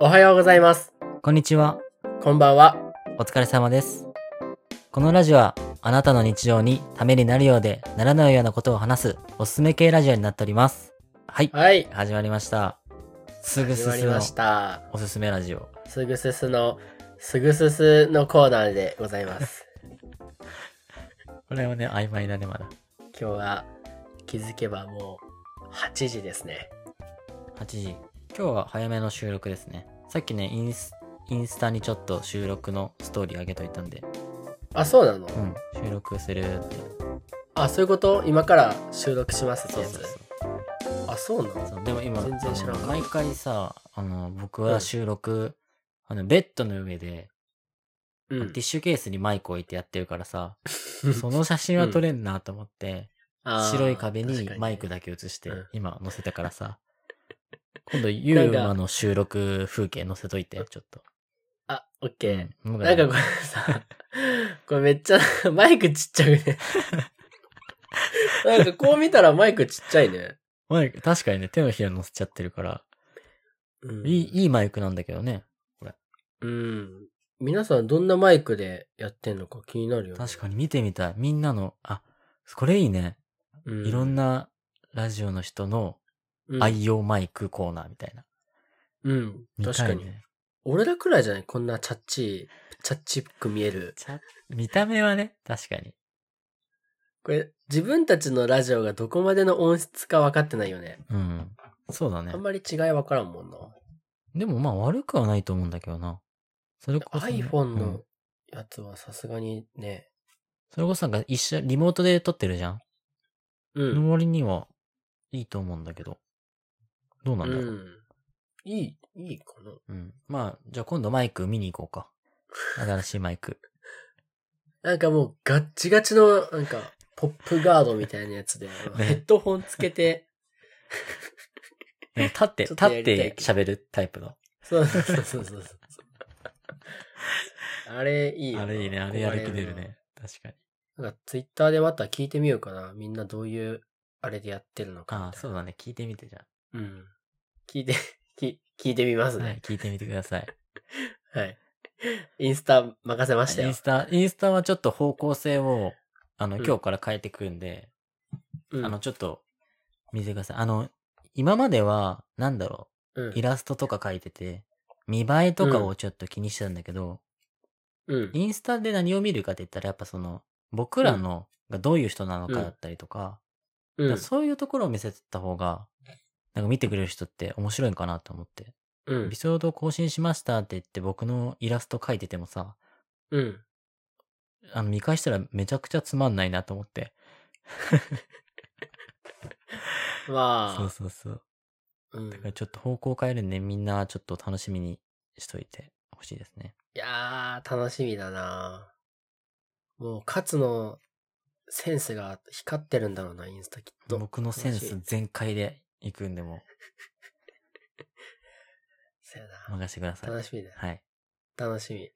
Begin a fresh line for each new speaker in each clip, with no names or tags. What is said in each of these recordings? おはようございます。
こんにちは。
こんばんは。
お疲れ様です。このラジオは、あなたの日常にためになるようで、ならないようなことを話す、おすすめ系ラジオになっております。はい。
はい。
始まりました。すぐ
始
す
まり
すの
ました。
おすすめラジオ。
すぐすすの、すぐすすのコーナーでござい ます。
これはね、曖昧だね、まだ。
今日は気づけばもう8時ですね。
8時。今日は早めの収録ですね。さっきね、インス、インスタにちょっと収録のストーリー上げといたんで、
あ、そうなの、
うん、収録するって。
あ、そういうこと今から収録しますって
そう
やつ。
そうそう。
あ、そうなの
そうでも今
全然知らんかった
あの毎回さあの僕は収録、あのベッドの上で
う
テ
ん
ィッ。シュケースにマイク置いてやってるか らさ、その写真は撮れんなと思って、
あー
白い壁にマイク
確
だけ写して
うん
今載せてか らさ今度ユーマの収録風景載せといてちょっと、
かにあ、オッケー。
うん
なんかこれさ、これめっちゃ、マイクちっちゃい ね。なんかこう見たらマイクちっちゃいね。
マイク確かにね手のひら載せちゃってるから、
うん
いいいいマイクなんだけどね
うん。皆さんどんなマイクでやってんのか気になるよね。
確かに見てみたいみんなのあこれいいね、
うん
いろんなラジオの人の
うん
愛用マイクコーナーみたいな。
うん。
見
確
た
か
い
に。
ね。
俺らくらいじゃないこんなチャッチー、チャッチく見える。
ちゃ見た目はね、確かに。
これ、自分たちのラジオがどこまでの音質か分かってないよね。
うん。そうだね
あん。まり違い分からんもんな。
でもまあ悪くはないと思うんだけどな。それこそ、
iPhone
う
の
ん
やつはさすがにね。
それこそなんか一緒、リモートで撮ってるじゃん。
う
そ
ん。
の割には、いいと思うんだけど。どうなんだろう。
うん。いい、いいかな。
うん。まあ、じゃあ今度マイク見に行 こうか。新しいマイク。
なんかもうガッチガチの、なんか、ポップガードみたいなや つで、ヘッドホンつけて、
でも立って、
ちょっ
立
とやり
った
い
て喋るタイプの。
そうそうそうそうそうそう。あれいいよな
あれいいね、あれやる気出るね。。確か
憧れ
に。
るななんかツイッターでまた聞いてみようかな。みんなどういうあれでやってるのかみたい
あ
な
あ、そうだね。聞いてみてじゃ
うん。聞いて、 き聞いてみます
あ。はい
ね。、
聞いてみてください。
はい。インスタ任せました
イ
よ
ンス。タ、インスタはちょっと方向性を、あの、
うん
今日から変えてくんで、
うん
あの、、ちょっと、見てください。あの、今までは、なんだろ
うん
う、イラストとか書いてて、見栄えとかをちょっと気にしてたんだけど、
うん。
インスタで何を見るかって言ったら、やっぱその、僕らの、がどういう人なのかだったりとか、
うん
だから。そういうところを見せてった方が、なんか見てくれる人って面白いんかなと思って。
う
エ
ん
ピ。ソード更新しましたって言って僕のイラスト書いててもさ、
うん。
あの、見返したらめちゃくちゃつまんないなと思って。
まあ、
そうそうそう。
うん
だからちょっと方向変えるんで、みんなちょっと楽しみにしといてほしいですね。
いやー、楽しみだなもう、カツのセンスが光ってるんだろうな、インスタきっと。
僕のセンス全開で行くんでも
そうや
う任せてくださ
な。
い。
楽しみだよ。
はい。
楽しみ。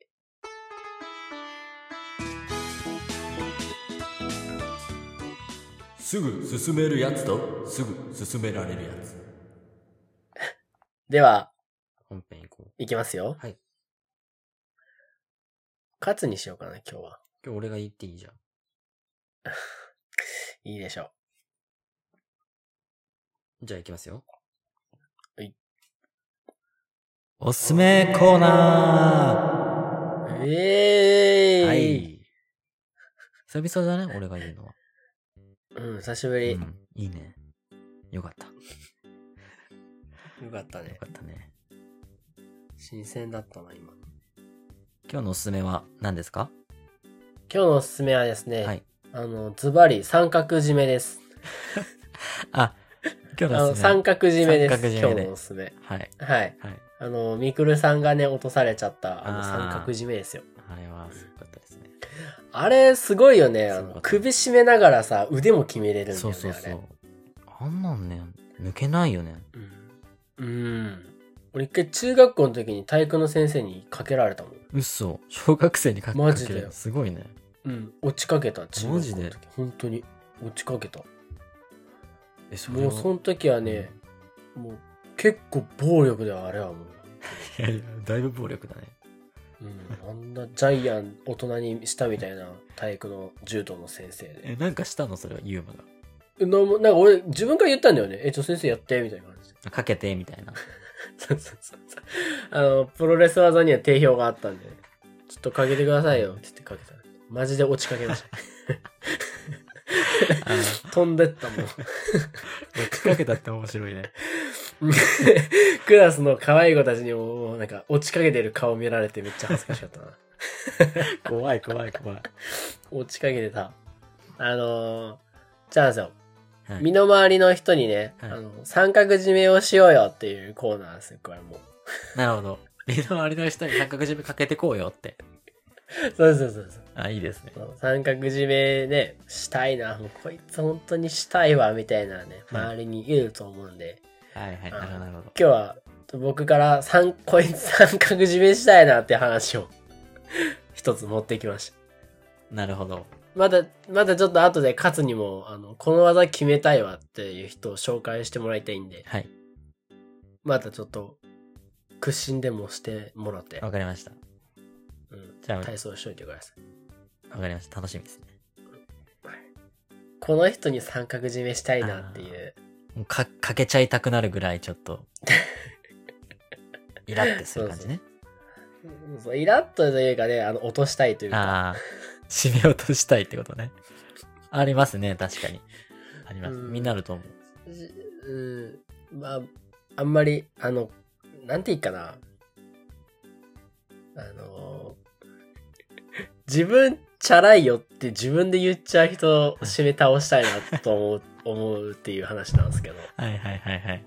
すぐ進めるやつとすぐ進められるやつ。
では、
本編行こう。
いきますよ。
はい。
カツにしようかな、今日は。
今日俺が言っていいじゃん。
いいでしょ
じゃあ行きますよ。
はい。
おすすめコーナ
う。えー
ーはい。久々だね、俺が言うのは。
うん、久しぶ
う
り。
ん、いいね。よかった。よ
よかったね。
かったね。
新鮮だったな、今。
今日のおすすめは何ですか
今日のおすすめはですね、
はい。
あの、ズバリ三角締めです。
あ、今日
あ
の
の、
おすすめ
三。角締めです。
三角締
今
めで
日のおすすめ。
はい。
はい。
はい。
あの、ミクルさんがね、落とされちゃった、あの、
あー
三角締めですよ。
あれはすごかったですね。
あれ、すごいよね。あ
すごか
の、
った
首締めながらさ、腕も決めれるんだよね。
そうそうそ
あれ
う。あんなんね、抜けないよね。
うん。うん。俺一回中学校の時に体育の先生にかけられたもん。
嘘。小学生にか
マ
か
ジ
け
で
る。すごいね。
うん。落ちかけた、中学校の
マ
時。
ジで
本当に。落ちかけた。
え、そ
もう、その時はね、もう、結構暴力だよ、あれはもう。
いやいや、だいぶ暴力だね。
うん、あんなジャイアン大人にしたみたいな体育の柔道の先生で。
え、なんかしたのそれはユーマが
のなんか俺自分から言ったんだよね。え、ちょ先生やって、みたいな 感じで。
あ。かけて、みた いな。
そうそうそうそう。あの、プロレス技には定評があったんで、ちょっとかけてくださいよって言ってかけたら。マジで落ちかけました。
あの、
飛んでったもん。
ぶっかけたって面白いね。
クラスの可愛い子たちにも、もうなんか落ちかけてる顔見られてめっちゃ恥ずかしかったな。
怖い怖い怖い。
落ちかけてた。あのー、じゃあさ、
はい
身の回りの人にね、
はい
あの、三角締めをしようよっていうコーナーですよ、これもう。
なるほど。身の回りの人に三角締めかけてこうよって。
そうそうそうそう
あ、いいですね。
そう。三角締めね、したいな、もうこいつ本当にしたいわ、みたいなね、
はい
周りにいると思うんで、
はいはい、なるほどなるほど。
今日は僕から三、 こいつ三角締めしたいなって話を一つ持ってきました。
なるほど。
まだ、まだちょっと後で勝つにも、あの、この技決めたいわっていう人を紹介してもらいたいんで、
はい。
またちょっと、屈伸でもしてもらって、
わかりました。
うん、
じゃあ、
体操しといてください。
わかりました。楽しみですね。
この人に三角締めしたいなっていう、
もうか、かけちゃいたくなるぐらいちょ っと、イラってする感じね。
うんそうイラッとというかね、あの、落としたいというか、
ああ、締め落としたいってことね。ありますね、確かに。あります。
うん
みんなあると思う。
じうん、まあ、あんまり、あの、なんていいかな。あの、自分、チャラいよって自分で言っちゃう人を締め倒したいなと思う、思うっていう話なんですけど。
はいはいはいはい。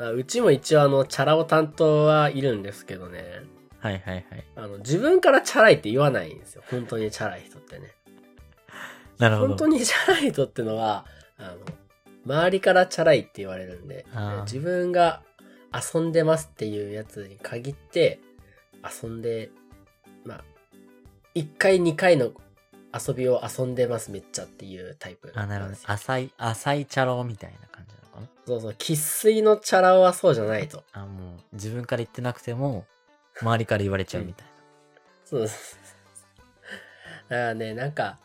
あうちも一応あの、チャラ男担当はいるんですけどね。
はいはいはい。
あの、自分からチャラいって言わないんですよ。本当にチャラい人ってね。
なるほど。
本当にチャラい人ってのは、あの、周りからチャラいって言われるんで
あー、
自分が遊んでますっていうやつに限って、遊んで、まあ、1回2回の遊びを遊んでますめっちゃっていうタイプ
あ、な
な
るほ
ん
ど
です。よ。
浅い、浅いチャロみたいな感じなのかな。
そうそう、喫水のチャラ男はそうじゃないと。
あ、もう、自分から言ってなくても、周りから言われちゃうみたいな。
そうそう そう。だからね、なんか、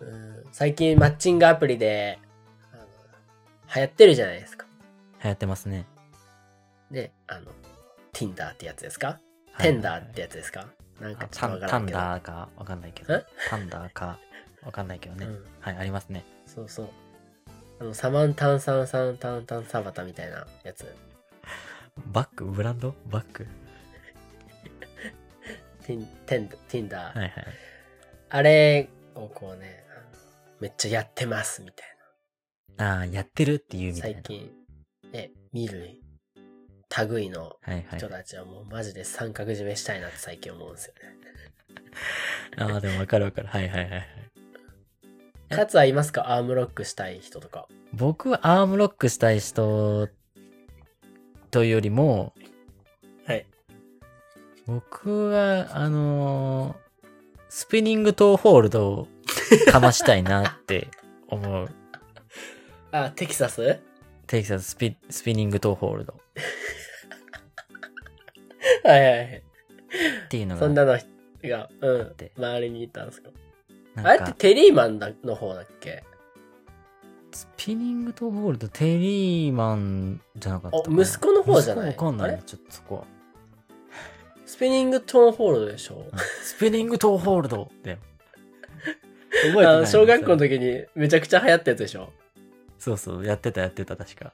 うん、最近マッチングアプリで、あの流行ってるじゃないですか。
流行ってますね。
で、あの、Tinder ってやつですか
はい
テンダーってやつですかなんか
あ
ちょ
タ
っとわ
ン
か
タ
らん
ン
けど。
ダーか、わかんないけど
え。
タンダーか、わかんないけどね。
うん
はい、ありますね。
そうそう。あの、サマンタンサンサンタンタンサバタみたいなやつ。
バックブランドバック
ティン、テン、ティンダー。
はいはい。
あれをこうね、あのめっちゃやってますみたい
ああ、やってるっていう
な。
みたいな。
最。近、え、見る類の
はいはい
人。たちはもうマジで三角締めしたいなって最近思うんですよね。
ああ、でもわかるわかる。はいはいはいはい。え
カツはいますかアームロックしたい人とか。
僕はアームロックしたい人というよりも、
はい。
僕は、あのースピニングトーホールドをかましたいなって思う。
あ、テキサス
テキサススピスピニングトーホールドっ
はいはいはい。
ていうのが。
そんなのが、う
あっ
ん
て、
周りにいたんですか。あ
な
れ
ん
って
か、
テリーマンだの方だっけ
スピニングトーホールド、テリーマンじゃなかったかな
あ息子の方じゃない
息子わかんな
あ
い
れ。
ちょっとそこは。
スピニングトーンホールドでしょ
うんスピニングトーホールド だよ。覚えて
あ
ない
の小学校の時にめちゃくちゃ流行ったやつでしょ
そうそう、やってたやってた、確か。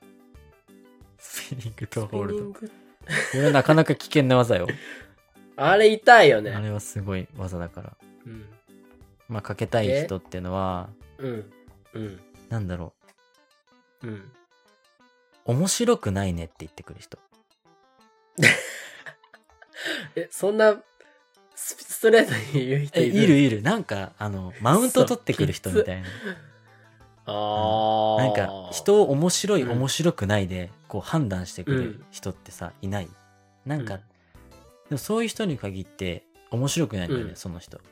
スピニングトー
スピ
ホール
ニ
ド。
ン
こ
グ
れなかなか危険な技よ。
あれ痛いよ
あ
ね。
れはすごい技だから。
うん。
まあ、かけたい人っていうのは、
うん。うん。
なんだろ
うん。
う、面白くないねって言ってくる人。
え、そんなスストレートに言う人
え、
いる
いるいる。なんか、あの、マウント取ってくる人みたいな。
ああ。
なんか、人を面白い、
うん
面白くないで、こう判断してくる人ってさ、いないなんか、
うん
でもそういう人に限って、面白くないんだよね、
うん
その人。そう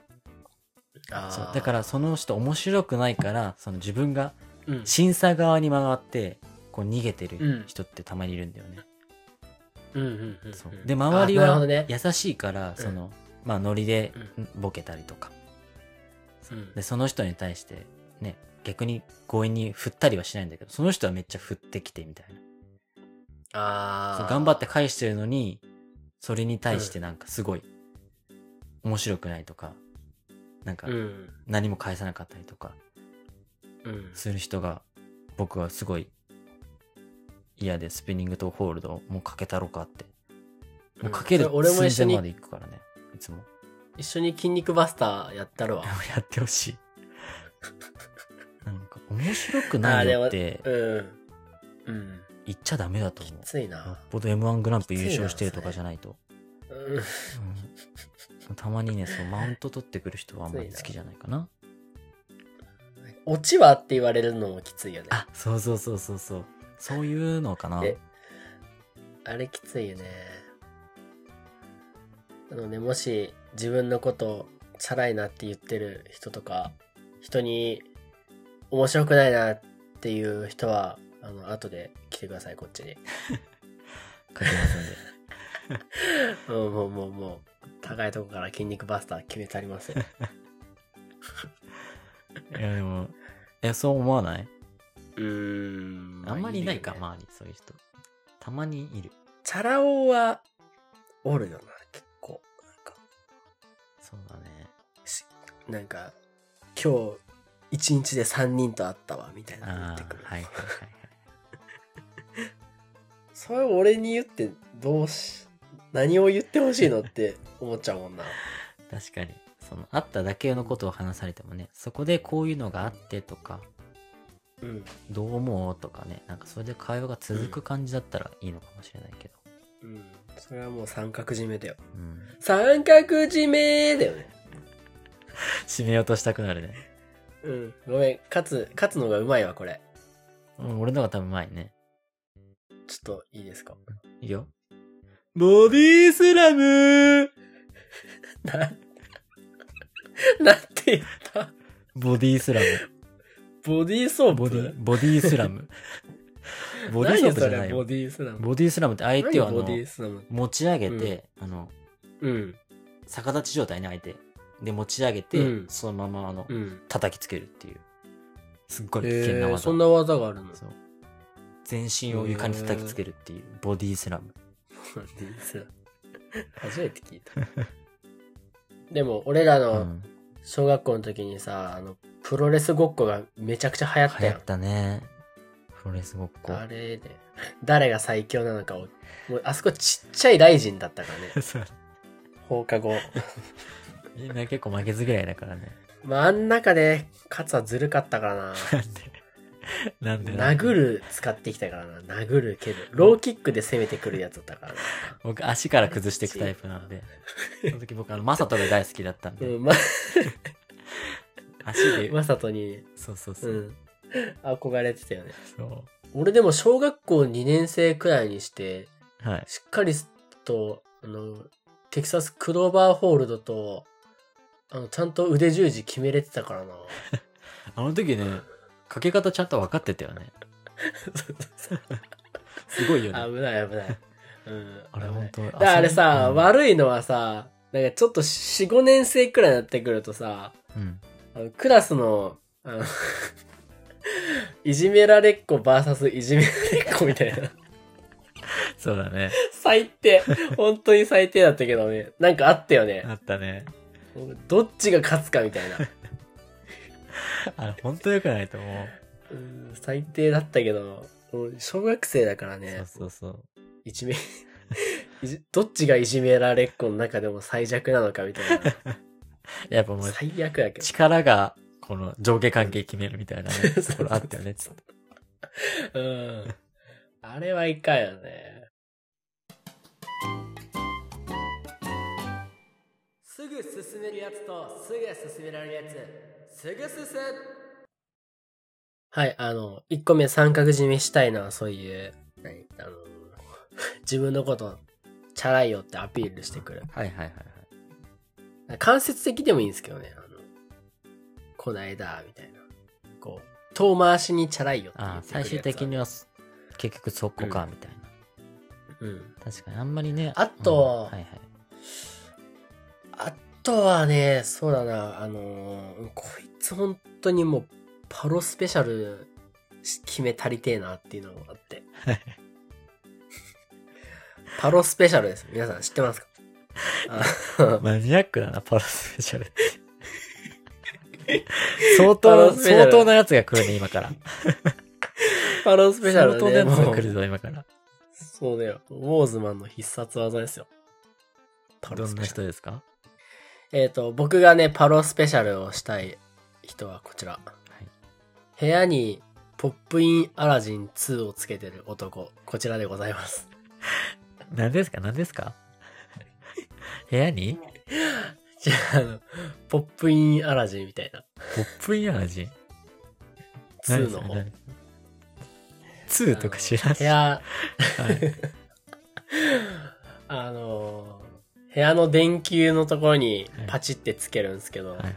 あー
だから、、その人面白くないから、その自分が
うん。
審査側に回ってこう逃げて
う
る
ん
人ってたまにいるんだよね、
うんうんうん
そう
うん
で周り
あなるほ
は
どね
優しいから、そのまあノリでボケたりとか
うん
でその人に対してね逆に強引に振ったりはしないんだけどその人はめっちゃ振ってきてみたいな
あ
そ
あ
う頑張って返してるのにそれに対してなんかすごい面白くないとかなんか
うん
何も返さなかったりとか
うん
する人が僕はすごい嫌でスピニングとホールドをもうかけたろかってもうかける
うんそれ俺も一緒
寸前
に
まで行くからねいつも
一緒に筋肉バスターやったるわ
やってほしいなんか面白くないよって
うんうん
言っちゃダメだと思う
つい
よっ
な
ぽど m 1グランプリ優勝してるとかじゃないと、
うん
うんたまにねそうマウント取ってくる人はあんまり好きじゃないかな
落ちはって言われるのもきついよね
あそうそうそうそうそうそういうのかな
えあれきついよね。あのね、もし自分のことをチャラいなって言ってる人とか、人に面白くないなっていう人は、あの、後で来てください、こっちに。
書きますんで
もうもうもうもう、高いとこから筋肉バスター決めてありますよ。
いやでもえそう思わないう
ーん。
あんまりいないか、
るよね
周り、そういう人。たまにいる。
チャラ男は、おるよな、結構。なんか、
そうだね。
しなんか今日一日で3人と会ったわみたいなの言
あ
って
あ
くる、
ー、はいはいはいはい。
それを俺に言ってどうし何を言ってほしいの って思っちゃうもんな
確かに。その、会っただけのことを話されてもね、そこでこういうのがあってとか、
うん
どう思うとかね、なんかそれで会話が続く感じだったらいいのかもしれないけど。
うんそれはもう三角締めだよ
うん。
三角締めだよね
締めようとしたくなるね。
うんごめん勝つ勝つのがうまいわこれ
うん、俺のが多分前にね。
ちょっといい ですか
いいよ。ボディースラム
ななんて言った
ボディー スラム。
ボディーソープ
ボディ、ボディースラ ム。ボディースラムじゃない
何それボ
よ。
ディースラム
ボディースラムって相手はあ
何ボ
の
デ、ィースラム
持ち上げて、あの、
うん
逆立ち状態ね、相手。で、持ち上げて、
うん
そのまま、あの、
うん
叩きつけるっていう。すっごい危険
え
な技。
ー、そんな技があるの
そう全身を床に叩きつけるっていう、ボディスラム。
そうなんですよ初めて聞いた でも俺ら
う
の
ん。
小学校の時にさ、あのプロレスごっこがめちゃくちゃ流行った
流
や
行
ん
ったね。プロレスごっこ。
あれで誰が最強なのかをもうあそこちっちゃい大臣だったから ね
そう
放課後
みんな結構負けず嫌いだからね。
まああん中で勝はずるかったからな
なんでなんで
殴。る使ってきたからな殴る蹴るローキックで攻めてくるやつだった からな
僕、足から崩していくタイプなん で。その時僕、あの、マサトが大好きだったん
う
で、
んま
足で、
まさとに
そうそうそうう。
ん 憧れてたよね
そ
俺でも小学校2年生くらいにして
う。はい。
しっかりとあのテキサスクローバーホールドとあのちゃんと腕十字決めれてた からな
あの時ね、かけ方ちゃんと分かってたよ ね。すごいよね。
危ない危 ない、うん、
あれ
危ない
本当
だからあれさ、
うん
悪いのはさなんかちょっと45年生くらいになってくるとさ
うん。
あのクラスのあの いじめられっ子 VS いじめられっ子みたい な
そうだね。
最低本当に最低だったけどねなんかあったよね
あったね。
どっちが勝つかみ たいな。
あれ、本当良くないと思う。
うん最低だったけど、俺小学生だからね、
そうそうそう。
いじめ、いじどっちがいじめられっ子の中でも最弱なのかみたい
やっ ぱも
な。
う、
最悪だけ
力が、この上下関係決めるみた いなね、ところあったよね。
ど。うん。あれはいかんよね。すぐ進めるやつと、すぐ進められるやつ。すぐ進むはい、あの、1個目三角締めしたいな、そういう、何あの、自分のこと、チャラいよってアピールしてくる。
はいはいはいはい。
間接的でもいいんですけどね。あの、こないだ、みたいな。こう、遠回しにチャラいよって言っ
ああ、
てくるやつ
最終的には、結局そこか、みたいな。
うん。
確かにあんまりね
あと
うんはいはい
あとはね、そうだな、あのーこいつ本当にもう、パロスペシャルし決め足りてえなっていうのがあ って。パロスペシャルです。皆さん知ってますかあの
マニアックだな、パロスペシャルって。 相
パロ
当、
スペシャル
相当なやつが来るね、今から。
パロスペシャル
相当な
で、
やつ
ね、
が
も
来
う
るぞ、今から。
そうだよ。ウォーズマンの必殺技ですよ。パロ
ど
ス
んな
ペシャル。
人ですか
えっ、と、僕がね、パロスペシャルをしたい人はこちら。
い
部屋にポップインアラジン2をつけてる男。こちらでございます。
何ですか何ですか部屋に
じゃあ、あの、ポップインアラジンみたいな。
ポップイン 味
2の方。
ツーとか知らんし。
部屋、
はい
あのー部屋の電球のところに
はい
パチってつけるんですけど、
はいはいはい。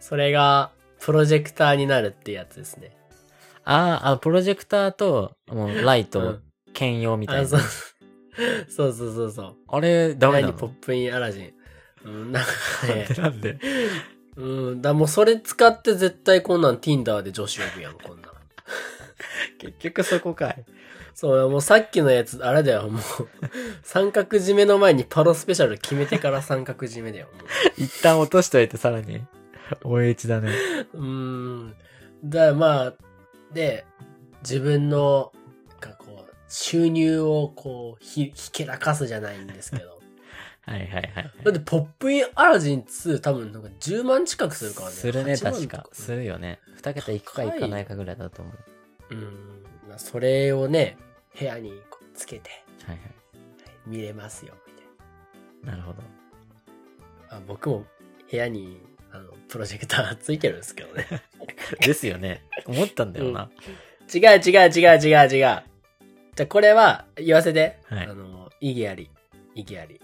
それがプロジェクターになるってやつですね。
あーあの、プロジェクターと、もう、ライトを兼用みた
あ
い
そう
な。
そうそうそうそう。
あれ、ダメ
部
な
屋にポッ
の
プインアラジン。うん、 なんかね、
なんで
うん、だもうそれ使って絶対こんなん Tinder で女子呼ぶやん、こんなん。
結局そこかい。
そう、もうさっきのやつ、あれだよ、もう、三角締めの前にパロスペシャル決めてから三角締めだよ、も
一旦落としといて、さらに。OH だね。
う。うーん。だからまあ、で、自分の、なんかこう、収入をこう、ひ、ひけらかすじゃないんですけ ど。
はいはいはいはい。
だって、ポップインアラジン2多分なんか10万近くするからね。
するね、
8万
確か
と。
するよね。二桁いくかいかないかぐらいだと思
う
う。
ん。まあ、それをね、部屋にこうつけて、
はいは
見れますよ、みたいな。
い。なるほ ど。
あ僕も部屋にあのプロジェクターついてるんですけどね。
ですよね。思ったんだよな。
違う違う違う違う違う。じゃあこれは言わせて。
はい
あの、意義あり。意義あり。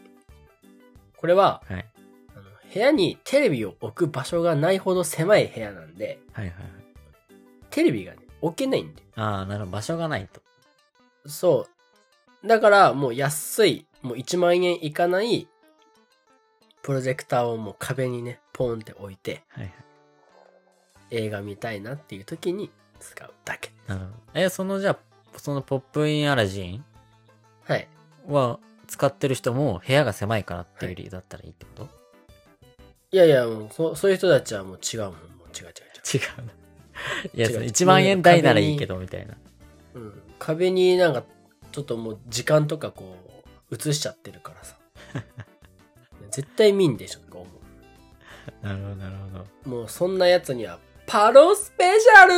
これは
はい。
あの、部屋にテレビを置く場所がないほど狭い部屋なんで、
はいはいはい。
テレビがね、置けないんで。
ああ、なるほど。場所がないと。
そう。だからもう安い、もう1万円いかない、プロジェクターをもう壁にね、ポンって置いて、
はいはい。
映画見たいなっていう時に使うだけ。
なるほど。え、そのじゃあ、そのポップインアラジン
はい。
は使ってる人も部屋が狭いからっていう理由だったらいいってこと、
いやいや、もうそそういう人たちはもう違うもん。もう違う違う違
違うな。いや、
違う
その1万円台ならいいけど、みたいな。
う。うん。壁になんか、ちょっともう時間とかこう、映しちゃってるからさ。 絶対見んでしょ、こ
なるほど、なるほど。
うもうそんなやつには、パロスペシャル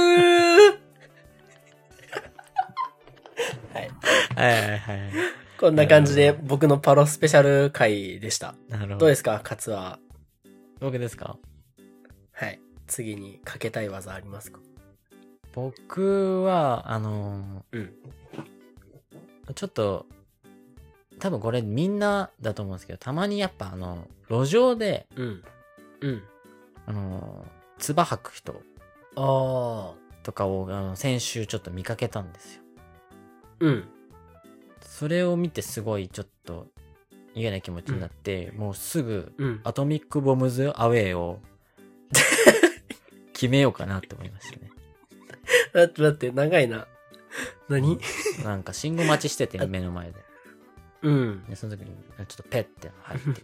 はいはいはい。
こんな感じで僕のパロスペシャル回でした。
なるほど。
どうですか、カツは。
僕ですか
はい。次にかけたい技ありますか
僕は、あのー
うん
ちょっと、多分これみんなだと思うんですけど、たまにやっぱあの、路上で、
うん。うん。
あのー、唾吐く人
ああ。
とかを、あの、先週ちょっと見かけたんですよ。
うん。
それを見てすごいちょっと嫌な気持ちになって、もうすぐ、
うん。
アトミックボムズアウェ イを決めようかなって思いましたね。
だって、だって、長いな。 何
なんか信号待ちしてて、目の前で。
うん。
でその時に、ちょっとペッて入ってって。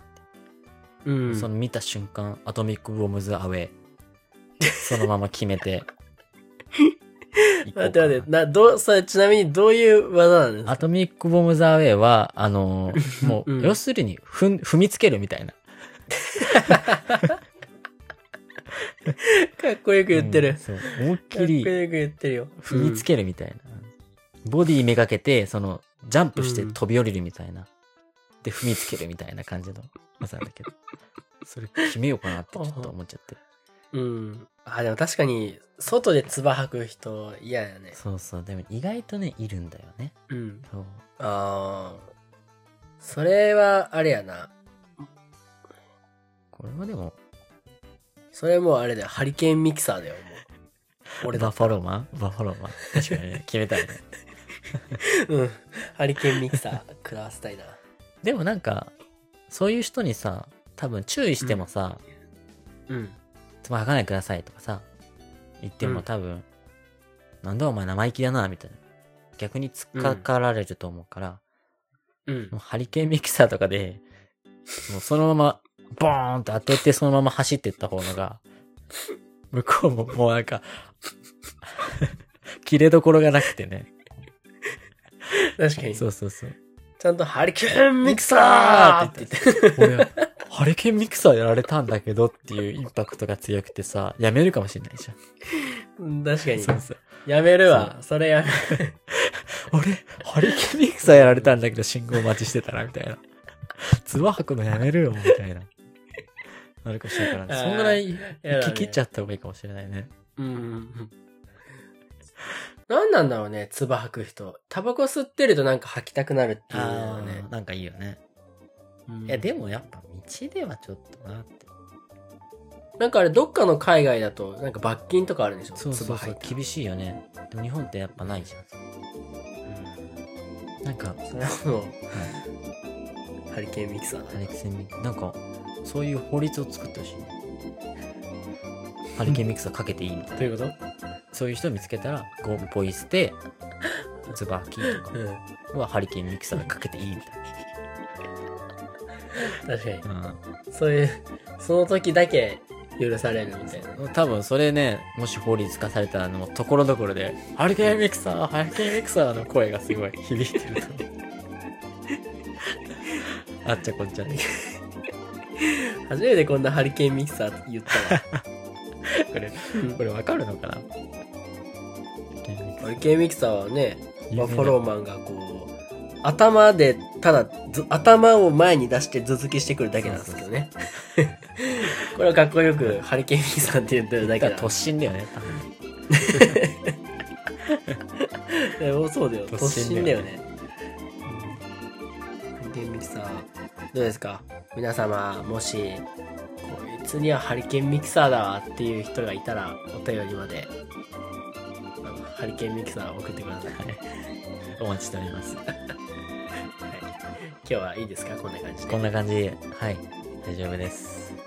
うん。
その見た瞬間、アトミックボムズアウェイ。そのまま決めて。行こうかな
待って待って、な、どう、それちなみにどういう技なんですか
アトミックボムズアウェイは、あのーもう、
うん
要するに、ふん、踏みつけるみたいな。
かっこよく言って
う
る
ん。そう。思いっ
かっこ
き
よく
り、
言ってるよ。
踏みつけるみたいな。ボディめがけて、その、ジャンプして飛び降りるみたいな。で、踏みつけるみたいな感じの技だ けど。それ決めようかなってちょっと思っちゃって。
うん。うん。あ、でも確かに、外で唾吐く人嫌やね。
そうそう。でも意外とね、いるんだよね。
うん。
そう。
ああ。それは、あれやな。
これはでも、
それもうあれだよ。ハリケーンミキサーだよ、もう。俺だ
バ。ファローマンバファローマン。確かにね、決めたいね。
うん。ハリケーンミキサー食らわせたいな。
でもなんか、そういう人にさ、多分注意してもさ、
うん。
つまはかないでくださいとかさ、言って
う
も
ん
多分、なんだお前生意気だな、みたいな。逆に突っかかられると思うから、
うん
もう。ハリケーンミキサーとかで、もうそのまま、ボーンと当ててそのまま走ってった方のが、向こうももうなんか、 切れどころがなくてね。
確かに。
そうそうそう。
ちゃんとハリケーンミキサーって言って。
俺、ハリケーンミキサーやられたんだけどっていうインパクトが強くてさ、やめるかもしれないじゃん。
うん確かに。
そうそう。
やめるわ。それやめ
俺、ハリケーンミキサーやられたんだけど信号待ちしてたな、みたいな。ツバ吐くのやめるよ、みたいな。なるかもしれないから、そんぐらい、
やだね
聞き切っちゃった方がいいかもしれないね。
うんうんうん。何なんだろうね、唾吐く人。タバコ吸ってるとなんか吐きたくなるっていう
あ
よね
ー。なんかいいよね。
うん
いや、でもやっぱ道ではちょっとなって。
なんかあれ、どっかの海外だと、なんか罰金とかあるんでしょ
そうそうそう
唾、吐い
厳しいよね。でも日本ってやっぱないじゃん。なんか、
た。うん。 それはもう、ハリケーンミキサーだ
ハ
ね。
リケーンミキなんかそういう法律を作ってほしいねハリケーンミキサーかけていいみたい
どう
な
いうこ
そういう人を見つけたらゴンポイ捨てズバキと
とうん。
かはハリケーンミキサーかけていいみたい
確かに。
な、
そういう、その時だけ許されるみたいな。
うん、多分それねもし法律化されたらもうところどころでハリケーンミキサーハリケーンミキサーの声がすごい響いてると思う あっちゃこっちゃで
初めてこんなハリケーンミキサーって言った わ。
これ
うん
これわかるのかなハリケーンミキサ
ハ
ー
リケーンミキサーはね、
有名
バッ
だ
ファローマンがこう、頭で、ただ、ず頭を前に出して頭突きしてくるだけなんですけどね。 これはかっこよく、ハリケーンミキサーって言ってるだけ
だ
だ
から。突進だよね多分
でも そうだよ、突
突
進
進
だ
だ
よ
よ
ね。ハリケーンミキサー、どうですか皆様、もし、こいつにはハリケーンミキサーだわっていう人がいたら、お便りまで、あのハリケーンミキサーを送ってください。
お待ちしております
はい、今日はいいですかこんな感じで
こんな感じで、はい、大丈夫です。